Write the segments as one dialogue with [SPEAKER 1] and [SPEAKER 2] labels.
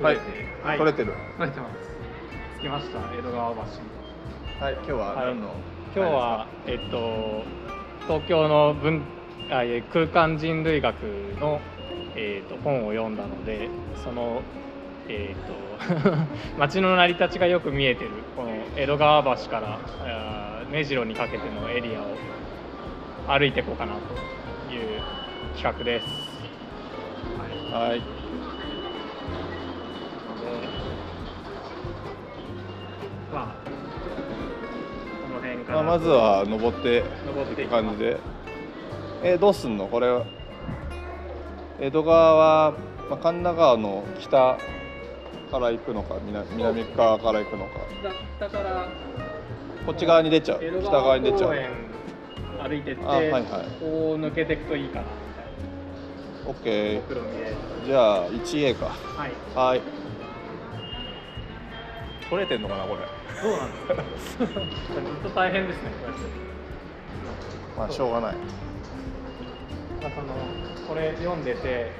[SPEAKER 1] 取れて、
[SPEAKER 2] はい
[SPEAKER 1] 取れてる。
[SPEAKER 2] 取れてます。着きました江戸川橋。
[SPEAKER 1] はい、今日は何の、
[SPEAKER 3] 今日は、えっと、東京の文あえー空間人類学の、えっと、本を読んだのでその、えっと 街の成り立ちがよく見えてるこの江戸川橋からあー目白にかけてのエリアを歩いていこうかなという企画です。
[SPEAKER 1] はい。
[SPEAKER 2] まあこの辺から、
[SPEAKER 1] まあ、まずは登って
[SPEAKER 2] 登って
[SPEAKER 1] い
[SPEAKER 2] いき
[SPEAKER 1] く
[SPEAKER 2] ます
[SPEAKER 1] 感じで。えーどうすんの、これは。江戸川は、まあ、神田川の北。から行くのか、南、南側から行くのか。
[SPEAKER 2] 北から
[SPEAKER 1] こっち側に出ちゃう。
[SPEAKER 2] 江
[SPEAKER 1] 北
[SPEAKER 2] 戸
[SPEAKER 1] 側
[SPEAKER 2] 川
[SPEAKER 1] に出ちゃ
[SPEAKER 2] 公
[SPEAKER 1] う。
[SPEAKER 2] 園歩いてって、
[SPEAKER 1] あはいはい
[SPEAKER 2] こう抜けていくといいかなみたい
[SPEAKER 1] オッケー
[SPEAKER 2] な。黒見え
[SPEAKER 1] じゃあ、1 A か。
[SPEAKER 2] はい
[SPEAKER 1] はい。取れてんのかな、これ。
[SPEAKER 2] どうなんですか ずっと大変ですねこれ
[SPEAKER 1] まあ、しょうがない。
[SPEAKER 3] まあそのこれ読んでて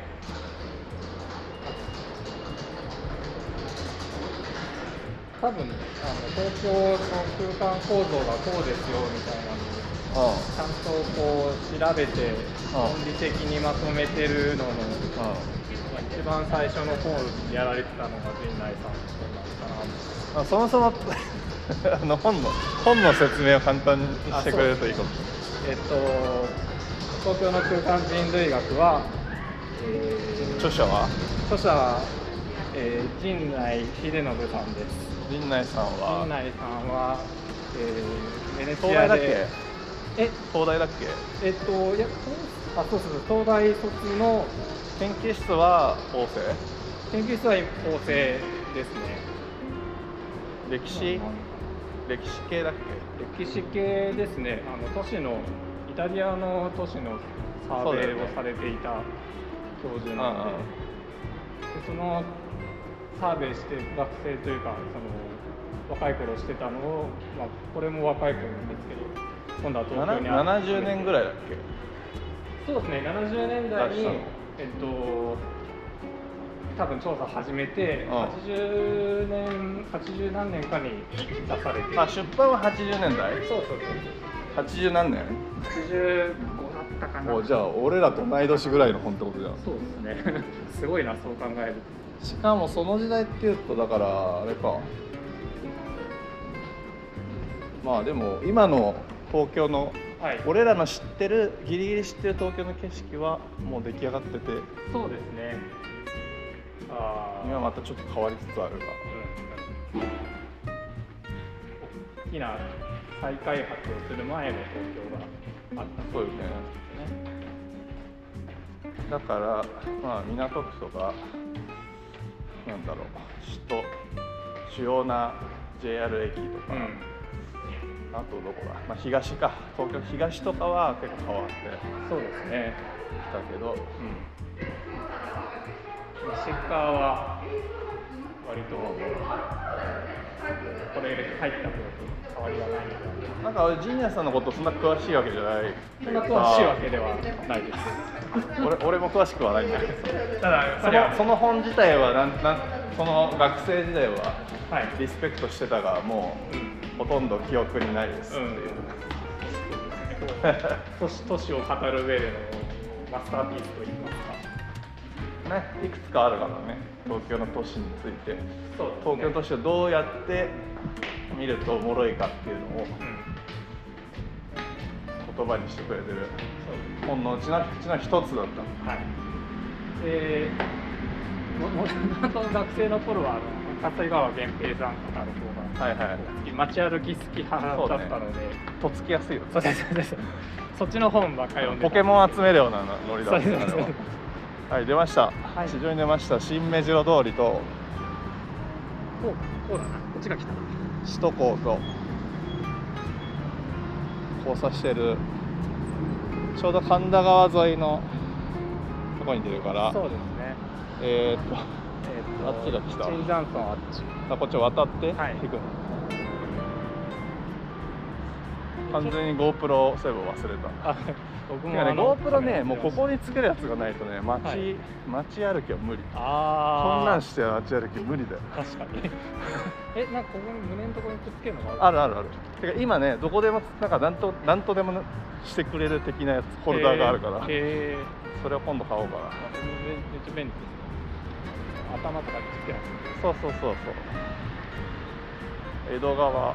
[SPEAKER 3] 多分あの東京の空間構造がこうですよみたいなのを
[SPEAKER 1] うん。
[SPEAKER 3] ちゃんとこう調べて論理的にまとめてるのの
[SPEAKER 1] う
[SPEAKER 3] 一番最初の方にやられてたのが陣内さんの人なのかなと。
[SPEAKER 1] ん。あ、そもそ も。あの本の本の説明を簡単にしてくれるといいかも
[SPEAKER 3] えっと東京の空間人類学は、えー
[SPEAKER 1] 著者は
[SPEAKER 3] 著者は、えー陣内秀信さんです
[SPEAKER 1] 陣内さん
[SPEAKER 3] 陣
[SPEAKER 1] は
[SPEAKER 3] 内さんは、えー、ベネチ
[SPEAKER 1] 東大
[SPEAKER 3] ア
[SPEAKER 1] だっけ
[SPEAKER 3] でえ
[SPEAKER 1] 東大だっけ
[SPEAKER 3] えっといや東あそうそうそう東大卒の
[SPEAKER 1] 研究室は法政
[SPEAKER 3] 研究室は構成ですね
[SPEAKER 1] 歴史歴史系だっ
[SPEAKER 3] 歴史系ですねあの都市のイタリアの都市のサーベイをされていた教
[SPEAKER 1] け
[SPEAKER 3] 授
[SPEAKER 1] う
[SPEAKER 3] なの
[SPEAKER 1] ん
[SPEAKER 3] で、でそのサーベイして学生というかその若い頃してたのを、まあ、これも若い頃なんですけど今度は
[SPEAKER 1] うん
[SPEAKER 3] 東京にあ
[SPEAKER 1] な70年ぐらいだっけ
[SPEAKER 3] そうですね70年代
[SPEAKER 1] 出し
[SPEAKER 3] に
[SPEAKER 1] たの
[SPEAKER 3] えっと多分調査始めて、
[SPEAKER 1] うん
[SPEAKER 3] 80年80何年かに出されて
[SPEAKER 1] あ出版は80年代
[SPEAKER 3] そうそう
[SPEAKER 1] 80何年
[SPEAKER 3] そう85だったかな
[SPEAKER 1] おじゃあ俺らと同い年ぐらいの本ってことじゃん
[SPEAKER 3] そうですね すごいなそう考える
[SPEAKER 1] しかもその時代っていうとだからあれかまあでも今の東京の
[SPEAKER 3] とはい
[SPEAKER 1] 俺らの知ってるギリギリ知ってる東京の景色はもう出来上がってて
[SPEAKER 3] そうですねああ
[SPEAKER 1] 今またちょっと変わりつつあるが
[SPEAKER 3] 大きな再開発をする前の東京があったんで
[SPEAKER 1] そうよね
[SPEAKER 3] すね
[SPEAKER 1] だからまあ港区とかなんだろう首都主要な JR 駅と
[SPEAKER 3] う
[SPEAKER 1] か、
[SPEAKER 3] ん
[SPEAKER 1] あとどこだ、まあ、東か東京東とかは結構変わって
[SPEAKER 3] そうですね
[SPEAKER 1] きたけど
[SPEAKER 3] うん西側は割とこれ入った頃と変わりはないので
[SPEAKER 1] なんか俺陣内さんのことそんな詳しいわけじゃない
[SPEAKER 3] そんな詳しいわけではないです
[SPEAKER 1] 俺俺も詳しくはないんだけど
[SPEAKER 3] ただ
[SPEAKER 1] そ
[SPEAKER 3] それは
[SPEAKER 1] のその本自体はなんなんその学生時代は
[SPEAKER 3] はい
[SPEAKER 1] リスペクトしてたがも
[SPEAKER 3] うん
[SPEAKER 1] うほとんど記憶にないですっていう、
[SPEAKER 3] 都市都市を語る上でのマスターピースといいますか
[SPEAKER 1] ねいくつかあるからね東京の都市について
[SPEAKER 3] そう
[SPEAKER 1] 東京都市をどうやって見るとおもろいかっていうのを
[SPEAKER 3] うん
[SPEAKER 1] 言葉にしてくれてる
[SPEAKER 3] そう
[SPEAKER 1] 本のうちのうちの一つだった
[SPEAKER 3] はい。で、ももともと学生の頃は、あの葛西川源平さんとかの方が、
[SPEAKER 1] はいはい
[SPEAKER 3] 街歩き好き派だったので、
[SPEAKER 1] とっつきやすいよ
[SPEAKER 3] そうです、そうです。そっちの本ばっか読んで
[SPEAKER 1] ポケ
[SPEAKER 3] ン
[SPEAKER 1] モン集めるようなノリだった
[SPEAKER 3] そうです
[SPEAKER 1] あれははい出ました、
[SPEAKER 3] はい
[SPEAKER 1] 地上に出ました新目白通りと
[SPEAKER 3] こう、こうだな、こっちが来たな。
[SPEAKER 1] 首都高と交差してるちょうど神田川沿いのとこに出るから
[SPEAKER 3] そうですね。
[SPEAKER 1] えー、っと
[SPEAKER 3] え
[SPEAKER 1] あっちが来た
[SPEAKER 3] 椿山村 あっち。
[SPEAKER 1] あこっちを渡って
[SPEAKER 3] はい
[SPEAKER 1] 行くの、完全に GoPro7 忘れた
[SPEAKER 3] あ僕
[SPEAKER 1] て
[SPEAKER 3] も
[SPEAKER 1] かね
[SPEAKER 3] あの
[SPEAKER 1] GoPro ねもうこ
[SPEAKER 3] こ
[SPEAKER 1] こにつけるやつがないとね街、
[SPEAKER 3] はい
[SPEAKER 1] 街歩きは無理こんな
[SPEAKER 3] あ
[SPEAKER 1] んして街歩き無理だよ
[SPEAKER 3] あ確か にえなんかここに胸のところにくっつけるのが
[SPEAKER 1] あるあるあるてか今ねどこでもなんかなんとなんとでもしてくれる的なやつホルダーがあるから、
[SPEAKER 3] えーえー
[SPEAKER 1] それを今度買おうかな
[SPEAKER 3] あめめっちゃ便利ですね頭とかにくっつけなくて
[SPEAKER 1] そうそうそうそう江戸川公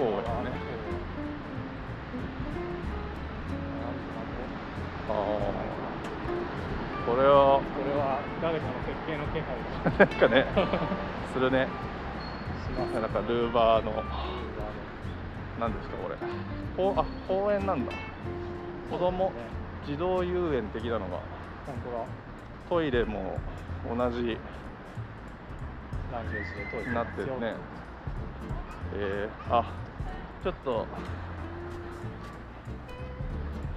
[SPEAKER 1] 園ねああこれは
[SPEAKER 3] これは誰かの設計の気配が
[SPEAKER 1] なんかねするね
[SPEAKER 3] します
[SPEAKER 1] なんかルーバーの何ですかこれこうあ公園なんだ子供児童遊園的なのが
[SPEAKER 3] 本当だ
[SPEAKER 1] トイレも同じ
[SPEAKER 3] ランゲージでトイレ
[SPEAKER 1] なってるねえー、あちょっと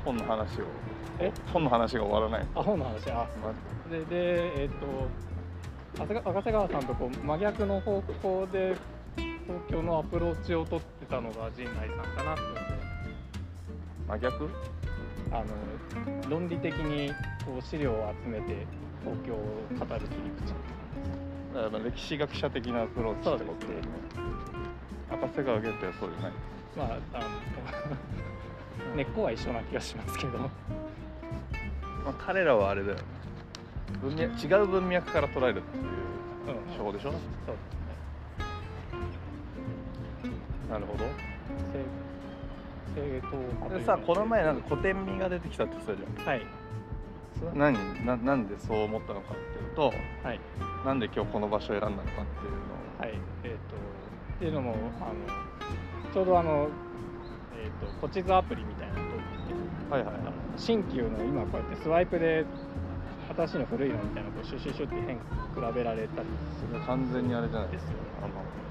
[SPEAKER 1] 本の話を
[SPEAKER 3] え
[SPEAKER 1] 本の話が終わらない
[SPEAKER 3] あ本の話あ
[SPEAKER 1] ま
[SPEAKER 3] ででえっ、と赤瀬赤瀬川さんとこう真逆の方向で東京のアプローチを取ってたのが陣内さんかなっていうので
[SPEAKER 1] 真逆
[SPEAKER 3] あの論理的にこう資料を集めて東京を語る切り口
[SPEAKER 1] だからまあ歴史学者的なアプローチってことだよね赤瀬川源平はそうじゃない
[SPEAKER 3] まああの 根っこは一緒な気がしますけど
[SPEAKER 1] まあ、彼らはあれだよね文脈違う文脈から捉えるっていう手法でしょ
[SPEAKER 3] そう
[SPEAKER 1] なるほ
[SPEAKER 3] で
[SPEAKER 1] ど
[SPEAKER 3] すね正正当派という
[SPEAKER 1] で
[SPEAKER 3] か
[SPEAKER 1] さこの前なんか古典味が出てきたって言ってた
[SPEAKER 3] はい
[SPEAKER 1] じゃん何ななんでそう思ったのかっていうと
[SPEAKER 3] はい
[SPEAKER 1] なんで今日この場所を選んだのかっていうのを
[SPEAKER 3] はいえっ、とっていうのもあのちょうどあのえっ、とこちずアプリみたいなのを
[SPEAKER 1] はいはい
[SPEAKER 3] あの新旧の今こうやってスワイプで新しいの古いのみたいなこうシュシュシュって変比べられたり
[SPEAKER 1] それ完全にあれじゃない
[SPEAKER 3] ですよね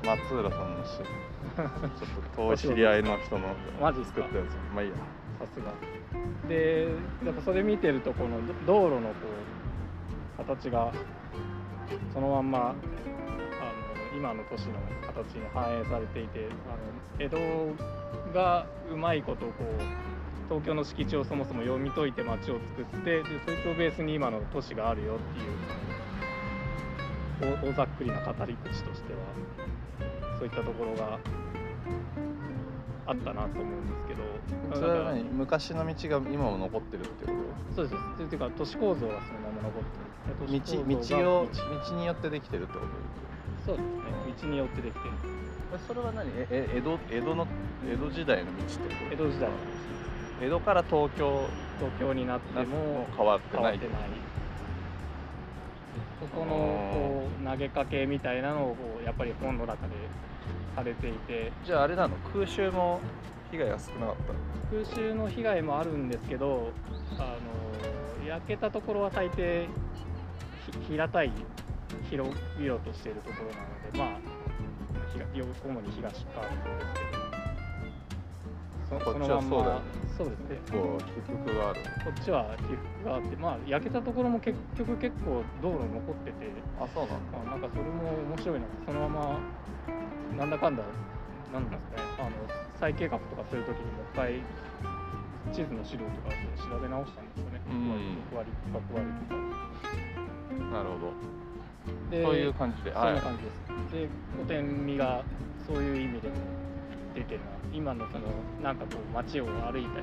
[SPEAKER 1] あの松浦さんのしちょっと遠い知り合いの人 の
[SPEAKER 3] マジっす
[SPEAKER 1] 作
[SPEAKER 3] か
[SPEAKER 1] ったやつまあいいや
[SPEAKER 3] さすがでやっぱそれ見てるとこの道路のこう形がそのまんまあの今の都市の形に反映されていてあの江戸がうまいことこう東京の敷地をそもそも読み解いて街を作ってでそいつをベースに今の都市があるよっていうお大ざっくりな語り口としてはそういったところがあったなと思うんですけど。
[SPEAKER 1] それは何昔の道が今も残ってるってこと
[SPEAKER 3] そうですそうですていうか都市構造がそのまま残ってる都
[SPEAKER 1] 道
[SPEAKER 3] 市構造が
[SPEAKER 1] 道を道によってできてるってこと
[SPEAKER 3] そうですね道によってできてる
[SPEAKER 1] それは何ええ江戸江戸の江戸時代の道ってこ
[SPEAKER 3] 江
[SPEAKER 1] と
[SPEAKER 3] 戸時代
[SPEAKER 1] 江戸から東京
[SPEAKER 3] 東京になって
[SPEAKER 1] なんか
[SPEAKER 3] も
[SPEAKER 1] もう変わって
[SPEAKER 3] 変
[SPEAKER 1] な
[SPEAKER 3] わ
[SPEAKER 1] い
[SPEAKER 3] ってないそこのこう投げかけみたいなのをこうやっぱり本の中でされていて
[SPEAKER 1] じゃああれなの空襲も被害が少なかっ
[SPEAKER 3] 空襲の被害もあるんですけどあの焼けたところは大抵ひ平たい広々としているところなのでまあひが主に東側の方ですけど
[SPEAKER 1] こっちはそうだよね
[SPEAKER 3] そうですね
[SPEAKER 1] たこう起伏がある
[SPEAKER 3] こっちは起伏があってまあ焼けたところも結局結構道路残ってて、
[SPEAKER 1] あそうなの
[SPEAKER 3] まあ、なんかそれも面白いなそのままなんだかんだなんなんですかねあの再計画とかするときにもう一回地図の資料とかを調べ直したんですよね
[SPEAKER 1] うん
[SPEAKER 3] 6割とか5割とか
[SPEAKER 1] なるほど、
[SPEAKER 3] で
[SPEAKER 1] そういう感じで
[SPEAKER 3] そん
[SPEAKER 1] い
[SPEAKER 3] な感じです。で、古典味がそういう意味でも出てるな。今のそのなんかこう街を歩いたりとか、こ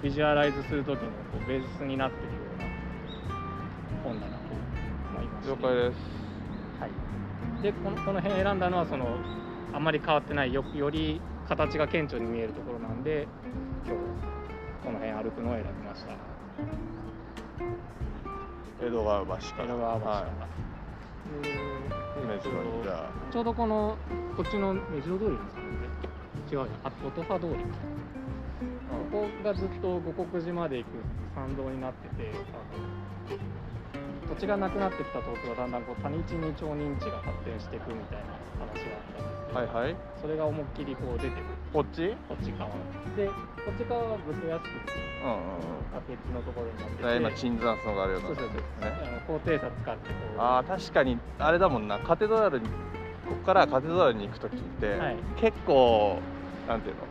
[SPEAKER 3] うビジュアライズする時のこうベースになってるような本だなと思いました。
[SPEAKER 1] 了解です
[SPEAKER 3] はい。で、このこの辺選んだのはそのあんまり変わってないよより形が顕著に見えるところなんで、今日この辺歩くのを選びました。
[SPEAKER 1] 江戸川橋から
[SPEAKER 3] 江戸川橋から。
[SPEAKER 1] は
[SPEAKER 3] え
[SPEAKER 1] い、
[SPEAKER 3] ー
[SPEAKER 1] 目白にじゃ
[SPEAKER 3] ちょうどこのこっちの目白通りですかね。違うよ、あ、音羽通り。ここがずっと五穀寺まで行く参道になってて、あの土地がなくなってきた東京はだんだんこう谷地に町人地が発展していくみたいな話があったんですけど、
[SPEAKER 1] あはいはい
[SPEAKER 3] それが思いっきりこう出てくる
[SPEAKER 1] こっちうんうん
[SPEAKER 3] こっち側でこっち側は武家屋敷っていう
[SPEAKER 1] う
[SPEAKER 3] 崖っぷちのところになって
[SPEAKER 1] んだから今
[SPEAKER 3] て、
[SPEAKER 1] 椿山荘があるような
[SPEAKER 3] そうそうそう、
[SPEAKER 1] ね
[SPEAKER 3] あの高低差使ってこう、
[SPEAKER 1] ああ確かにあれだもんなカテドラルにここからカテドラルに行く時って、
[SPEAKER 3] はい
[SPEAKER 1] 結構なんていうの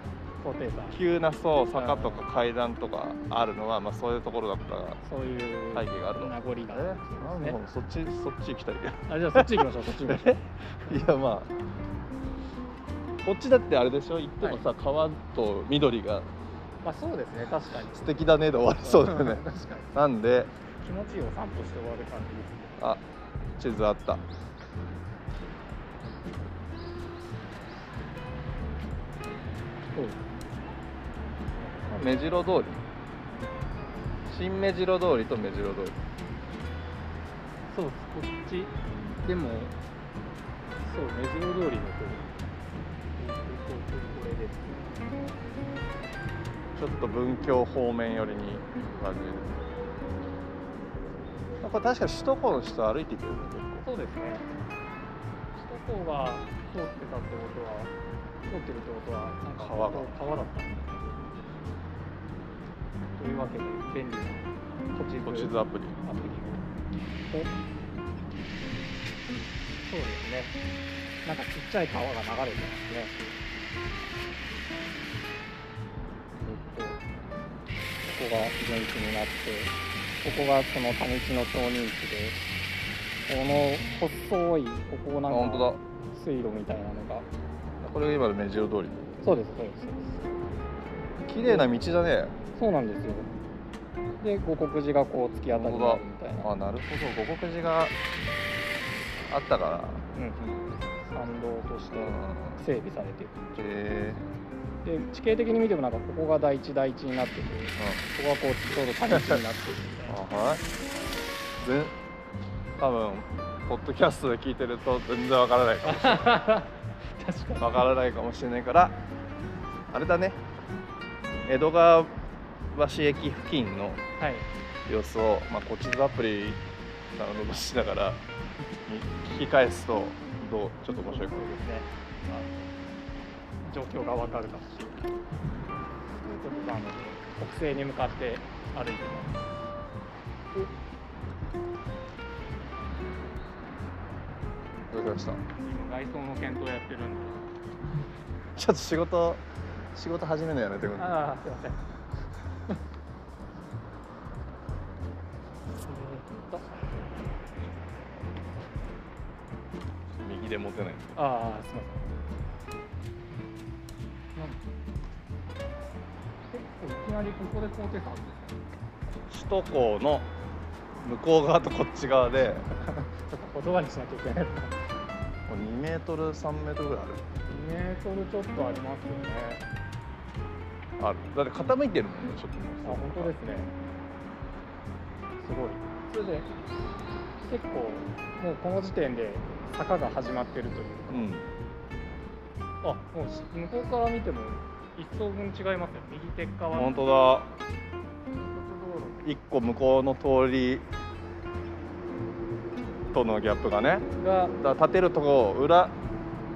[SPEAKER 4] 高低差
[SPEAKER 1] 急なそう坂とか階段とかあるのは、まあ、そういうところだったら
[SPEAKER 4] そういう
[SPEAKER 1] 背
[SPEAKER 4] 名
[SPEAKER 1] 景がある
[SPEAKER 4] 残
[SPEAKER 1] の
[SPEAKER 4] があるんですね
[SPEAKER 1] そっちそっち行きたいけど
[SPEAKER 4] あじゃあそっち行きましょうそっち行きましょう
[SPEAKER 1] いやまあこっちだってあれでしょ行ってもさ、川と緑が
[SPEAKER 4] まあそうですね確かに
[SPEAKER 1] 素敵だねで終わりそうだよね
[SPEAKER 4] 確かに
[SPEAKER 1] なんで
[SPEAKER 4] 気持ちいいお散歩して終わる感じですね
[SPEAKER 1] あ地図あった目白通り新目白通りと目白通り
[SPEAKER 3] そうこっちでもそう目白通りのこうこれです
[SPEAKER 1] ちょっと文京方面寄りに感じるこれ確かに首都高の人歩いていけるね結
[SPEAKER 3] そうですね首都高が通ってたってことは通ってるってことはなんか
[SPEAKER 1] 川が
[SPEAKER 3] 川だったんだというわけで便利な土地
[SPEAKER 1] 構
[SPEAKER 3] 図
[SPEAKER 1] 地図アプリ
[SPEAKER 3] アプリをそうですねなんかちっちゃい川が流れてますねえっとここが非常に気になってここがその谷地の投入地でこの細いここ
[SPEAKER 1] あ
[SPEAKER 3] なん
[SPEAKER 1] 本当
[SPEAKER 3] か
[SPEAKER 1] だ
[SPEAKER 3] 水路みたいなのが
[SPEAKER 1] これが今の目白通り
[SPEAKER 3] そうですそうですそうです
[SPEAKER 1] 綺麗な道だね
[SPEAKER 3] そうなんですよで五国寺がこう突き当たりになるみたいな
[SPEAKER 1] あなるほど五国寺があったから
[SPEAKER 3] うん参道として
[SPEAKER 1] うん
[SPEAKER 3] 整備されてる
[SPEAKER 1] へえ
[SPEAKER 3] で地形的に見てもなんかここが台地台地になっててここがこうちょうど谷地になってるみたいな
[SPEAKER 1] あはい全多分ポッドキャストで聞いてると全然わからないかもしれ
[SPEAKER 3] 確か
[SPEAKER 1] ないわからないかもしれないからあれだね江戸川橋駅付近
[SPEAKER 3] に
[SPEAKER 1] の
[SPEAKER 3] はい
[SPEAKER 1] 様子を、まあ、こっちのアプリダウンロードしながら聞き返すとどうちょっと面白
[SPEAKER 3] です
[SPEAKER 1] いかも
[SPEAKER 3] ね状況がわかるかもしれないということであの北西に向かって歩いてます
[SPEAKER 1] どうしました
[SPEAKER 3] 今外装の検討やってるんで
[SPEAKER 1] ちょっと仕事仕事始めるのやめてくれ
[SPEAKER 3] ああすい ません
[SPEAKER 1] 右で持てない
[SPEAKER 3] ああすいません結構いきなりここで高低差あるんですね
[SPEAKER 1] 首都高の向こう側とこっち側で
[SPEAKER 3] ちょっと言葉にしなきゃいけない。
[SPEAKER 1] 2メートル3メートルぐらい
[SPEAKER 3] 2メートルちょっとありますよね。
[SPEAKER 1] あるあるだって傾いてるもんねちょっと
[SPEAKER 3] あ、
[SPEAKER 1] もう
[SPEAKER 3] 本当ですね。すごい。それで、結構、もうこの時点で坂が始まってるという
[SPEAKER 1] うん
[SPEAKER 3] か、あ、もうし向こうから見ても、一層分違いますよ。右手側
[SPEAKER 1] 本
[SPEAKER 3] の
[SPEAKER 1] 当だ
[SPEAKER 3] 道路
[SPEAKER 1] 1個向こうの通りとのギャップがね
[SPEAKER 3] が、
[SPEAKER 1] だから立てるとこ裏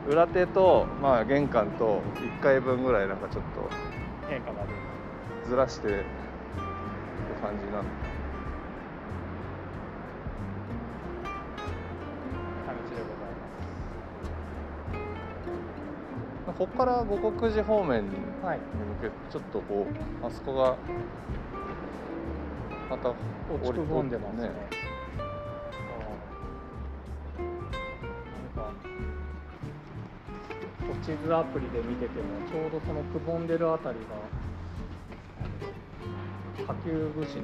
[SPEAKER 1] 裏手と、まあ、玄関と1階分ぐらいなんかちょっ
[SPEAKER 3] 変化が出る。
[SPEAKER 1] とずらしてって感じなの
[SPEAKER 3] 感じでござい
[SPEAKER 1] ここから五国寺方面に向
[SPEAKER 3] ます。はい。
[SPEAKER 1] けてちょっとこうあそこがまた
[SPEAKER 3] 落ちくぼんでますね。
[SPEAKER 1] ね
[SPEAKER 3] あーなんか地図アプリで見ててもちょうどそのくぼんでるあたりが下級武士の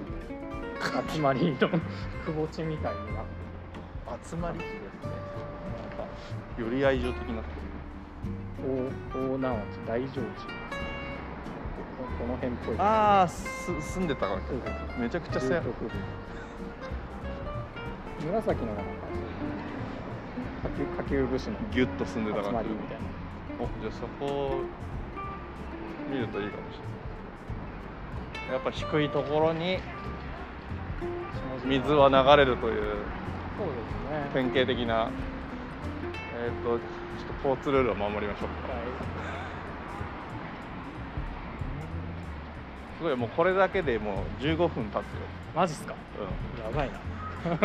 [SPEAKER 3] 集まり のくぼ地みたいになって
[SPEAKER 1] 集まり
[SPEAKER 3] るんですねなんか
[SPEAKER 1] 寄り合い所的な
[SPEAKER 3] 大大直地大乗地ここの辺っぽい
[SPEAKER 1] ああ住んでたから
[SPEAKER 3] そうそうそう
[SPEAKER 1] めちゃくちゃせ
[SPEAKER 3] 住宅部 紫のがなんか下級下級武士の
[SPEAKER 1] ギュッと住んでた
[SPEAKER 3] 集
[SPEAKER 1] か
[SPEAKER 3] ま
[SPEAKER 1] ら
[SPEAKER 3] りみたいな
[SPEAKER 1] おじゃあそこを見るといいかもしれないやっぱ低いところに水は流れると
[SPEAKER 3] そ
[SPEAKER 1] いう
[SPEAKER 3] うですね
[SPEAKER 1] 典型的なえっ、とちょっと交通ルールを守りましょう
[SPEAKER 3] は
[SPEAKER 1] すごいもうこれだけでもう15分経つよ、
[SPEAKER 3] いマジっすか
[SPEAKER 1] う
[SPEAKER 3] やばい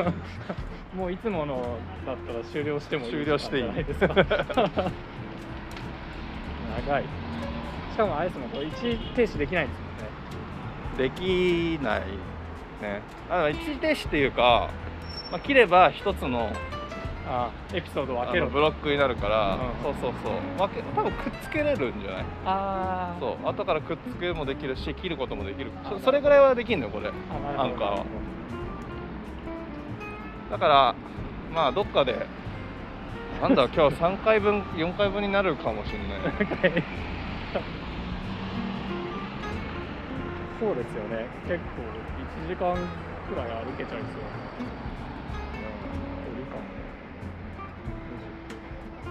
[SPEAKER 3] な もういつものだったら終 了してもいい
[SPEAKER 1] 終了していい
[SPEAKER 3] 時間じゃないですか長いしかもあれですもんこれ一時停止できないんですもんね
[SPEAKER 1] できないねあの一時停止っていうか、まあ、切れば一つの
[SPEAKER 3] あエピソードを
[SPEAKER 1] あ
[SPEAKER 3] 分けろ
[SPEAKER 1] のブロックになるから、
[SPEAKER 3] うん
[SPEAKER 1] そうそうそう、わけ多分くっつけれるんじゃない
[SPEAKER 3] あー
[SPEAKER 1] そう後からくっつけもできるし切ることもできる
[SPEAKER 3] あ
[SPEAKER 1] そそれぐらいはできんのよこれ
[SPEAKER 3] あなるほど
[SPEAKER 1] アンカーはだからまあどっかでなんだろう今日3回分4回分になるかもしれ ない
[SPEAKER 3] はいそうですよね結構1時間くらい歩けちゃいそう距離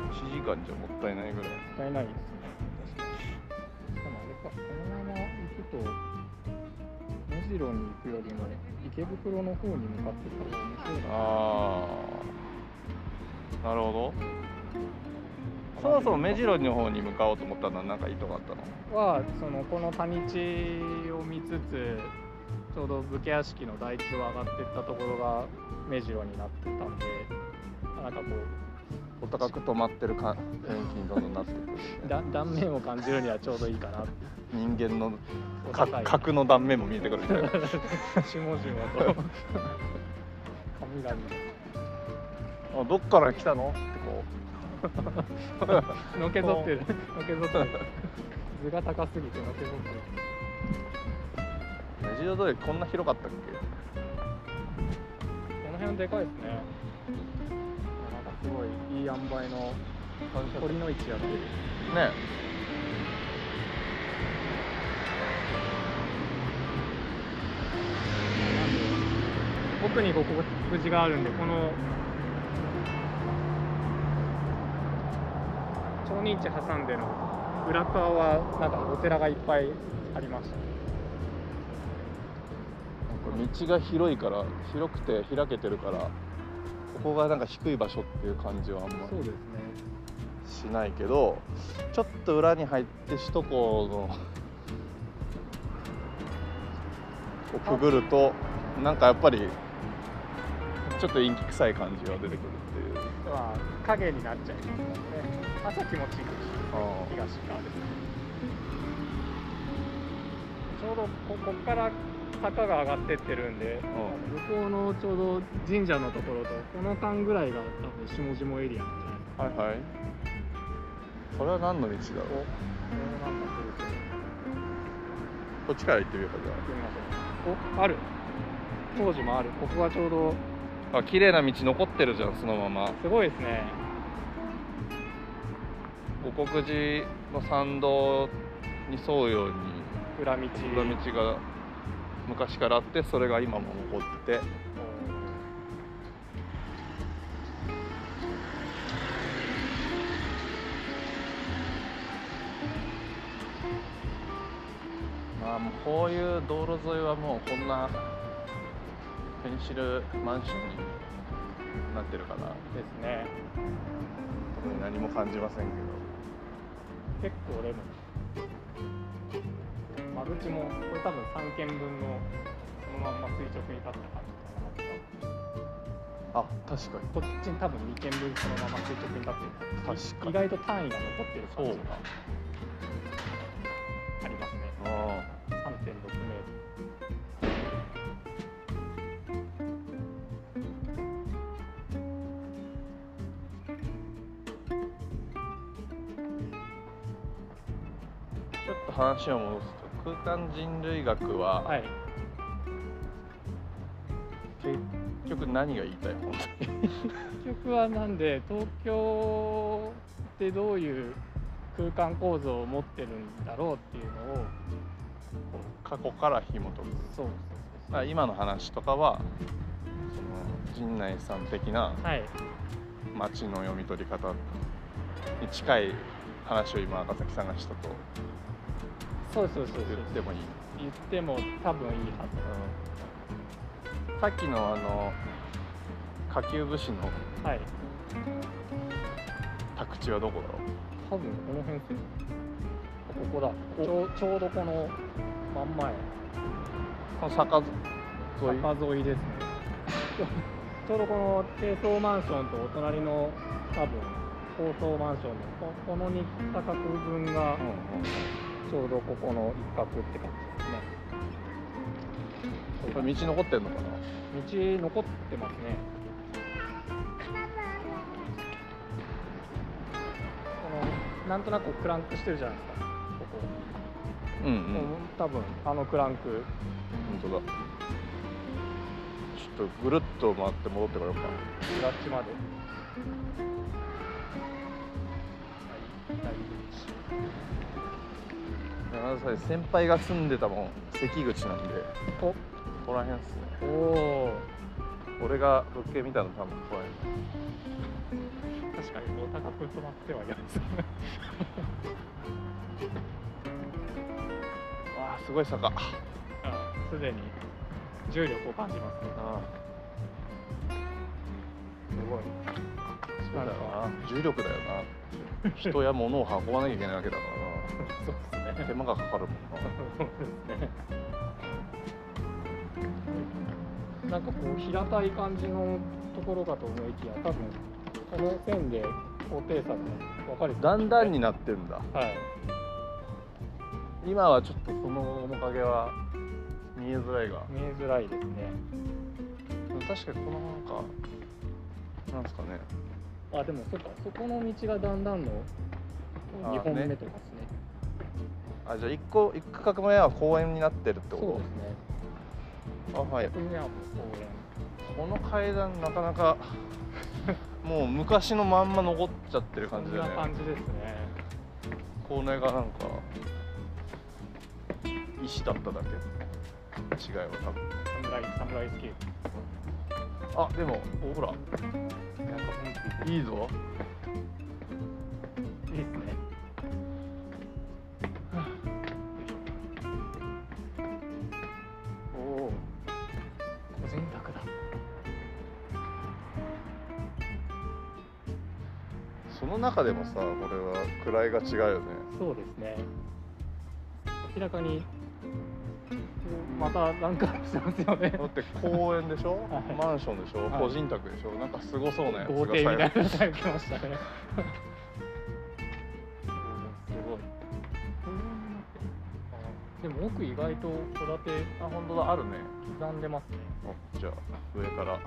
[SPEAKER 3] 感
[SPEAKER 1] 1時間じゃもったいないぐらい
[SPEAKER 3] 絶対ないですね確かにしかもあれかこのまま行くと目白に行くよりも池袋の方に向かってた方が面白いな
[SPEAKER 1] ああなるほどそもそも目白の方に向かおうと思ったのは何か意図があったの
[SPEAKER 3] はそのこの谷地を見つつちょうど武家屋敷の台地を上がっていったところが目白になってたんでなんかこ
[SPEAKER 1] お高く止まってるか雰囲気にどんどんなってくる、
[SPEAKER 3] うだ断面を感じるにはちょうどいいかな
[SPEAKER 1] 人間の
[SPEAKER 3] お
[SPEAKER 1] か
[SPEAKER 3] 高い
[SPEAKER 1] 格の断面も見えてくるみ たいな
[SPEAKER 3] しもじもと神々
[SPEAKER 1] あどっから来たのってこ
[SPEAKER 3] のけぞってるのけぞってる図が高すぎてのけぞってる
[SPEAKER 1] う目白通りこんな広かったっ
[SPEAKER 3] この辺でかいですねなんかすごいいい塩梅の
[SPEAKER 1] け
[SPEAKER 3] 堀の位置やってる
[SPEAKER 1] ね
[SPEAKER 3] なんで奥にここ口があるんでこの町人地挟んでの裏側はなんかお寺がいっぱいありました
[SPEAKER 1] なんか道が広いから広くて開けてるからここがなんか低い場所っていう感じはあんまり
[SPEAKER 3] ですね
[SPEAKER 1] しないけどちょっと裏に入って首都高のをくぐるとなんかやっぱりちょっと陰気臭い感じが出てくるっていう
[SPEAKER 3] まあ影になっちゃいますもんね朝気持ちいいかもしれない東側ですねちょうどここっから坂が上がってってるんで向こうのちょうど神社のところとこの間ぐらいが多分下々エリアなんじゃないですか
[SPEAKER 1] はいはいこれは何の道だろう
[SPEAKER 3] なんか来ると
[SPEAKER 1] こっちから行ってみようかじゃ
[SPEAKER 3] 行ってみましょうおある当時もあるここがちょうど
[SPEAKER 1] ああ綺麗な道残ってるじゃんそのまます
[SPEAKER 3] ごいですね
[SPEAKER 1] 五国寺の参道に沿うように
[SPEAKER 3] 裏道
[SPEAKER 1] 裏道が昔からあってそれが今も残っててまあもうこういう道路沿いはもうこんなペンシルマンションになってるから
[SPEAKER 3] ですね
[SPEAKER 1] 特に何も感じませんけ
[SPEAKER 3] 結構レモン間口もこれ多分3軒分のそのまんま垂直に立った感じかな
[SPEAKER 1] どあ確かに
[SPEAKER 3] こっちに多分2軒分そのまま垂直に立ってる
[SPEAKER 1] 確かに
[SPEAKER 3] 意外と単位が残ってる
[SPEAKER 1] そ
[SPEAKER 3] 感
[SPEAKER 1] う
[SPEAKER 3] じ
[SPEAKER 1] だ
[SPEAKER 3] がありますね
[SPEAKER 1] あ
[SPEAKER 3] 3.6メートル
[SPEAKER 1] ちょっと話を戻すと空間人類学は、
[SPEAKER 3] はい
[SPEAKER 1] 結局何が言いたい本当に
[SPEAKER 3] 結局はなんで東京ってどういう空間構造を持ってるんだろうっていうのを
[SPEAKER 1] 過去から紐解く
[SPEAKER 3] そう
[SPEAKER 1] まあ今の話とかはその陣内さん的な
[SPEAKER 3] はい
[SPEAKER 1] 街の読み取り方に近い話を今赤崎さんがしたと
[SPEAKER 3] そうそうそうそう
[SPEAKER 1] 言ってもいい、
[SPEAKER 3] 言っても多分いいはず
[SPEAKER 1] うんさっきのあの下級武士の
[SPEAKER 3] はい
[SPEAKER 1] 宅地はどこだろ
[SPEAKER 3] 多分この辺ですよここだ
[SPEAKER 1] お
[SPEAKER 3] ちょうちょうどこの真ん前
[SPEAKER 1] うこの坂沿い
[SPEAKER 3] 坂沿いですね ちょうどこの低層マンションとお隣の多分高層マンションのここの2区画分が
[SPEAKER 1] うんうん
[SPEAKER 3] ち
[SPEAKER 2] ちょうどここの一角って感じ
[SPEAKER 1] こ
[SPEAKER 2] です
[SPEAKER 1] れ
[SPEAKER 2] ね
[SPEAKER 1] 道残ってんのかな
[SPEAKER 2] 道残ってますね
[SPEAKER 3] このなんとなくクランクしてるじゃないですかここ、
[SPEAKER 1] うんう
[SPEAKER 3] こ
[SPEAKER 1] ん
[SPEAKER 3] う多分あのクランク
[SPEAKER 1] 本当だちょっとぐるっと回って戻ってこようか
[SPEAKER 3] 裏っちまで。
[SPEAKER 1] 山田さん先輩が住んでたもん関口なんで
[SPEAKER 2] お
[SPEAKER 1] ここら辺っすね
[SPEAKER 3] おお
[SPEAKER 1] 俺が物件見たの多分ここら
[SPEAKER 3] ー、確かにこう高く止まってはいます。
[SPEAKER 1] 辺わあすごい坂あ
[SPEAKER 3] あすでに重力を感じますね。
[SPEAKER 1] あ
[SPEAKER 3] すごい。
[SPEAKER 1] そうだ
[SPEAKER 3] なん
[SPEAKER 1] よ
[SPEAKER 3] か
[SPEAKER 1] な重力だよな人や物を運ばなきゃいけないわけだか
[SPEAKER 3] そうです
[SPEAKER 1] らな
[SPEAKER 3] ね。
[SPEAKER 1] 手間がかかるもんな
[SPEAKER 3] そうですね。なんかこう平たい感じのところかと思いきや、多分この線で高低差が分かれて
[SPEAKER 1] だんだん
[SPEAKER 3] に。
[SPEAKER 1] になってんだ
[SPEAKER 3] はい。
[SPEAKER 1] 今はちょっとその面影は見えづらいが
[SPEAKER 3] 見えづらいですね。
[SPEAKER 1] 確かにこのなんかなんですかね
[SPEAKER 3] あでもそっかそこの道がだんだんの
[SPEAKER 1] あー
[SPEAKER 3] 2本目
[SPEAKER 1] ね
[SPEAKER 3] とかですね
[SPEAKER 1] あじゃあ一個一区画目は公園になってるって
[SPEAKER 3] そう
[SPEAKER 1] こ
[SPEAKER 3] ですね
[SPEAKER 1] とあはい
[SPEAKER 3] ここにはもう
[SPEAKER 1] この階段なかなか もう昔のまんま残っちゃってる
[SPEAKER 3] 公園
[SPEAKER 1] 感
[SPEAKER 3] そ
[SPEAKER 1] じ
[SPEAKER 3] ん
[SPEAKER 1] だ
[SPEAKER 3] な
[SPEAKER 1] ね
[SPEAKER 3] 感じですね
[SPEAKER 1] 校内がなんか石だっただけ違いは多分
[SPEAKER 3] 侍侍スケープ
[SPEAKER 1] あでもおほら
[SPEAKER 3] なんか
[SPEAKER 1] いいぞ
[SPEAKER 3] 本当にいいですねおお個人宅だ
[SPEAKER 1] その中でもさこれは位が違うよね
[SPEAKER 3] そうですね明らかにまたランクアップしてますよね
[SPEAKER 1] だって公園で しょ、
[SPEAKER 3] はい
[SPEAKER 1] マンションでしょ、
[SPEAKER 3] はい
[SPEAKER 1] 個人宅でしょなんかすごそうなやつ
[SPEAKER 3] 豪
[SPEAKER 1] が
[SPEAKER 3] 邸みたいな
[SPEAKER 1] 最
[SPEAKER 3] のが
[SPEAKER 1] 後
[SPEAKER 3] 来ましたね。すごい。でも奥意外と戸建て
[SPEAKER 1] あ本当だあるね
[SPEAKER 3] 刻んでますね。
[SPEAKER 1] あじゃあ上から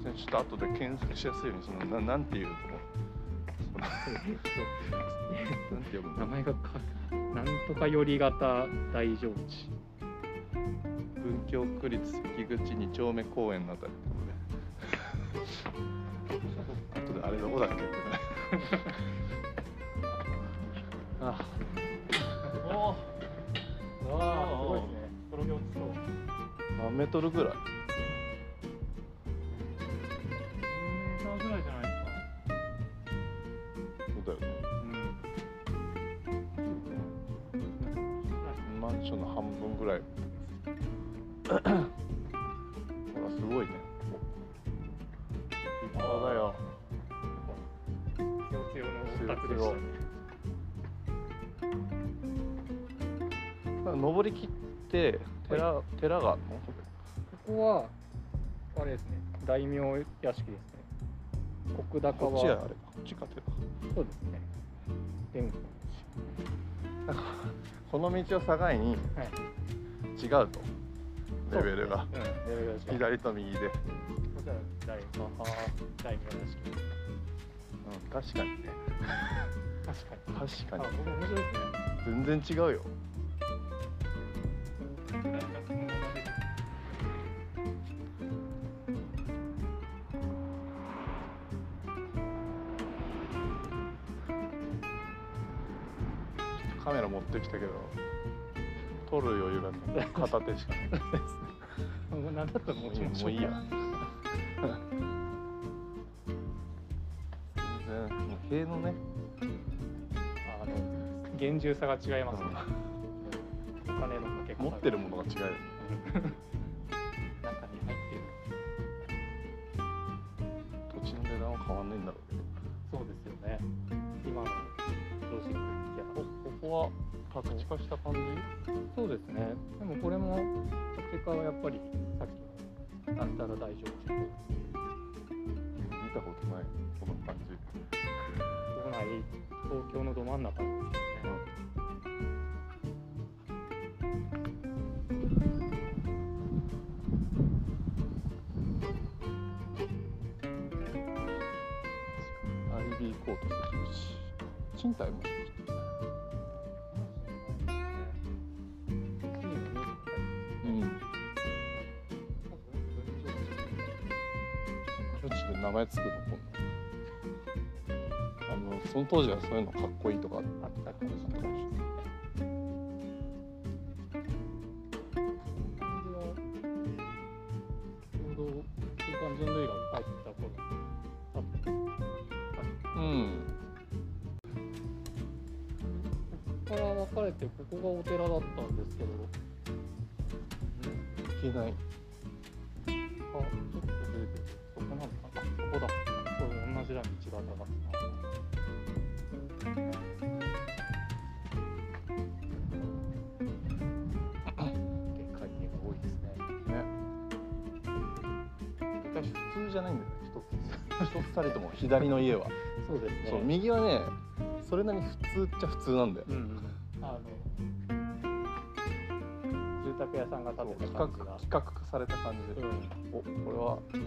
[SPEAKER 1] じゃあちょっと後で検索しやすいようにそのななんていうのそのなんて読む
[SPEAKER 3] 名
[SPEAKER 1] の
[SPEAKER 3] 前がかなんとかより型大上地。
[SPEAKER 1] 文京区立関口二丁目公園のあたりってことで 後であれどこだっけってねあ
[SPEAKER 3] おお。わ
[SPEAKER 1] あすごいですね。
[SPEAKER 3] 転げ落ちそう。
[SPEAKER 1] 何メートルぐらい
[SPEAKER 3] メーターぐらいじゃないですか。
[SPEAKER 1] そうだよねマンションの半分ぐらい ほらすごいね立派だよ
[SPEAKER 3] うん。四つ用のお宅でしたね。
[SPEAKER 1] なんか登り切って寺,、寺があるの
[SPEAKER 2] ここは
[SPEAKER 3] あれですね。大名屋敷ですね。
[SPEAKER 2] 国高
[SPEAKER 1] こっちやあ
[SPEAKER 2] は
[SPEAKER 1] れこっちか寺
[SPEAKER 2] そうですね電光
[SPEAKER 1] この道を境に
[SPEAKER 3] はい
[SPEAKER 1] 違うと、レベルが、
[SPEAKER 3] うん。レベルが違う。
[SPEAKER 1] 左と右で、うん、
[SPEAKER 3] こちら大大名屋敷。
[SPEAKER 1] 確かにね
[SPEAKER 3] 確かに。
[SPEAKER 1] 確
[SPEAKER 3] あ、
[SPEAKER 1] かに
[SPEAKER 3] 僕面白いですね。
[SPEAKER 1] 全然違うよカメラ持ってきたけど撮る余裕がない片手しかない
[SPEAKER 3] もうなんだったらもうちょ
[SPEAKER 1] もういいや 全然模型のね
[SPEAKER 3] あの厳重さが違いますね。お金のかけ方
[SPEAKER 1] 持
[SPEAKER 3] が。
[SPEAKER 1] ってるものが違うよね
[SPEAKER 3] 中に入ってる。
[SPEAKER 1] 土地の値段は変わんないんだろうけ
[SPEAKER 3] そ
[SPEAKER 1] ど
[SPEAKER 3] うですよね。今のロジックいや
[SPEAKER 1] ここは宅地化した感じ
[SPEAKER 3] そうですね。でもこれも結果はやっぱりさっきのなんたら大丈夫。
[SPEAKER 1] 見たことないこの感じ
[SPEAKER 3] はい東京のど真ん中なんですけどね、
[SPEAKER 1] アイビーコートというし賃貸もうんどっちで名前つくの今度あのその当時はそういうのかっこいいとかあ
[SPEAKER 2] あったか
[SPEAKER 1] れ
[SPEAKER 2] も
[SPEAKER 1] だ
[SPEAKER 2] し
[SPEAKER 1] っ
[SPEAKER 2] れ
[SPEAKER 1] た
[SPEAKER 2] ない
[SPEAKER 3] 感じはちょうど空間
[SPEAKER 1] かもしれない
[SPEAKER 3] 人類学入った頃あった
[SPEAKER 1] うん
[SPEAKER 3] ここから分かれてここがお寺だったんですけど
[SPEAKER 1] いけない
[SPEAKER 3] あちょっとずれてるそこなのかなここだこれ同じライン違うだか
[SPEAKER 2] でかい家が多いですね
[SPEAKER 1] ね私普通じゃないんだよね一つ一つたりとも左の家 は、
[SPEAKER 3] そうですね
[SPEAKER 1] そう右はねそれなりに普通っちゃ普通なんだよ
[SPEAKER 3] うん
[SPEAKER 2] あの住宅屋さんが
[SPEAKER 1] そう
[SPEAKER 2] 建てた
[SPEAKER 1] 企画
[SPEAKER 2] 感じが
[SPEAKER 1] 企画化された感じで、おこれはペ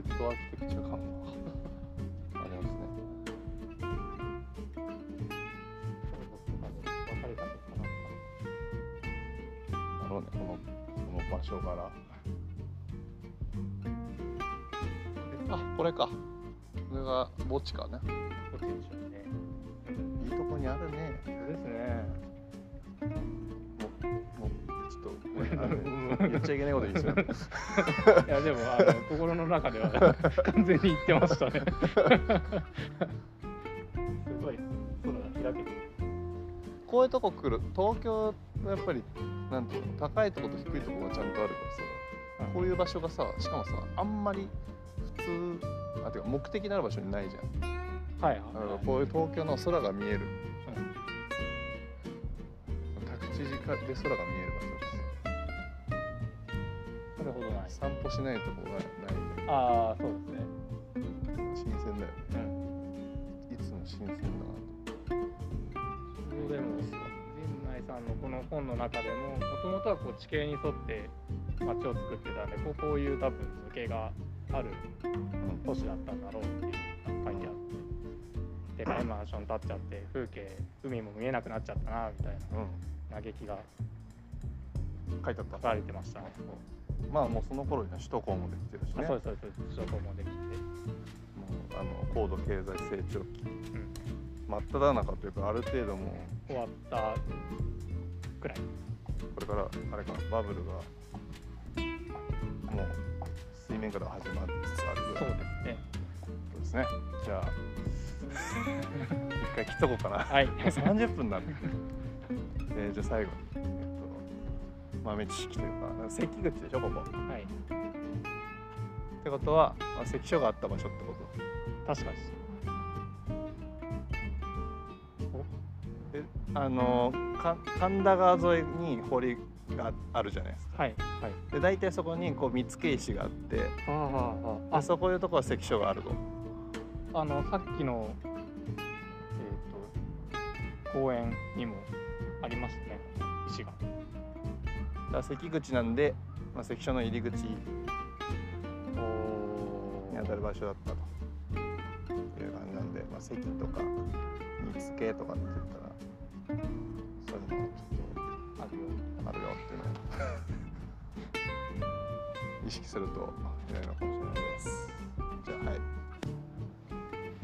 [SPEAKER 1] ットアーキテクチャ 感がありますね
[SPEAKER 2] 分かれたのか
[SPEAKER 1] だろうねこのこの場所からあこれかこれが墓地かね
[SPEAKER 2] などっちでしょうね
[SPEAKER 1] いいとこにあるね
[SPEAKER 3] ですね
[SPEAKER 1] もうちょっとごめんあの 言っちゃいけないこと言ってしまった
[SPEAKER 3] いやでもあの心の中では完全に言ってましたね
[SPEAKER 2] すごい空が開けてる
[SPEAKER 1] こういうとこ来る東京のやっぱりなんていうの高いとこと低いとこがちゃんとあるからさこういう場所がさしかもさあんまり普通あてか目的のある場所にないじゃん
[SPEAKER 3] はい
[SPEAKER 1] あの
[SPEAKER 3] は
[SPEAKER 1] こういう東京の空が見える、宅地近で空が見える場所
[SPEAKER 3] いなるほどない
[SPEAKER 1] です散歩しないとこがないんだ
[SPEAKER 3] ああそうですね
[SPEAKER 1] けど新鮮だよね
[SPEAKER 3] うん
[SPEAKER 1] いつも新鮮だな
[SPEAKER 3] でも陣内さんのこの本の中でももともとはこう地形に沿って街を作ってたんでこうこういう多分抜けがある都市だったんだろうっていうのが書いてあってでかいマンション建っちゃって風景海も見えなくなっちゃったなみたい
[SPEAKER 1] と、
[SPEAKER 3] な嘆きが
[SPEAKER 1] うん、書いてあ
[SPEAKER 3] 書
[SPEAKER 1] っ
[SPEAKER 3] かれてましたね。
[SPEAKER 1] たまあもうその頃には首都高もできてるし
[SPEAKER 3] あ
[SPEAKER 1] ね
[SPEAKER 3] そうですそ
[SPEAKER 1] もう
[SPEAKER 3] うです首都高もできて、
[SPEAKER 1] あの高度経済成長期
[SPEAKER 3] うん、
[SPEAKER 1] 真っ只中というかある程度もう
[SPEAKER 3] 終わったくらい
[SPEAKER 1] これからあれかバブルがもう水面下では始まりつつあるぐ
[SPEAKER 3] そ
[SPEAKER 1] らい
[SPEAKER 3] うですね
[SPEAKER 1] そうですね。じゃあ一回切っとこうかな。
[SPEAKER 3] はい
[SPEAKER 1] 三十分なんだ。えー、じゃあ最後にえっと豆知識というか石器口でしょここ。っ
[SPEAKER 3] はい
[SPEAKER 1] てことは、まあ、石書があった場所ってこと。
[SPEAKER 3] 確かに
[SPEAKER 1] であのーか神田川沿いに堀があるじゃないですか。
[SPEAKER 3] はいはい
[SPEAKER 1] で大体そこにこう見つけ石があって、で
[SPEAKER 3] あああ
[SPEAKER 1] そこいうとこは石書があると。
[SPEAKER 3] あのさっきのえっ、と公園にもありましたね石が
[SPEAKER 1] だから石口なんで、まあ、石書の入り口に
[SPEAKER 3] お
[SPEAKER 1] 当たる場所だったと。いう感じなんで、まあ、石とか煮付けとかって言ったらそういうのがち
[SPEAKER 3] あるよ
[SPEAKER 1] ょっとあるよっていうのを 意識するといないのかもしれないですじゃあはい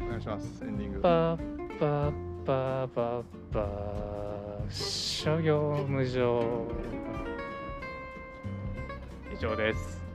[SPEAKER 1] お願いしますエンディング
[SPEAKER 3] パッパッパッパッパー諸行無常以上です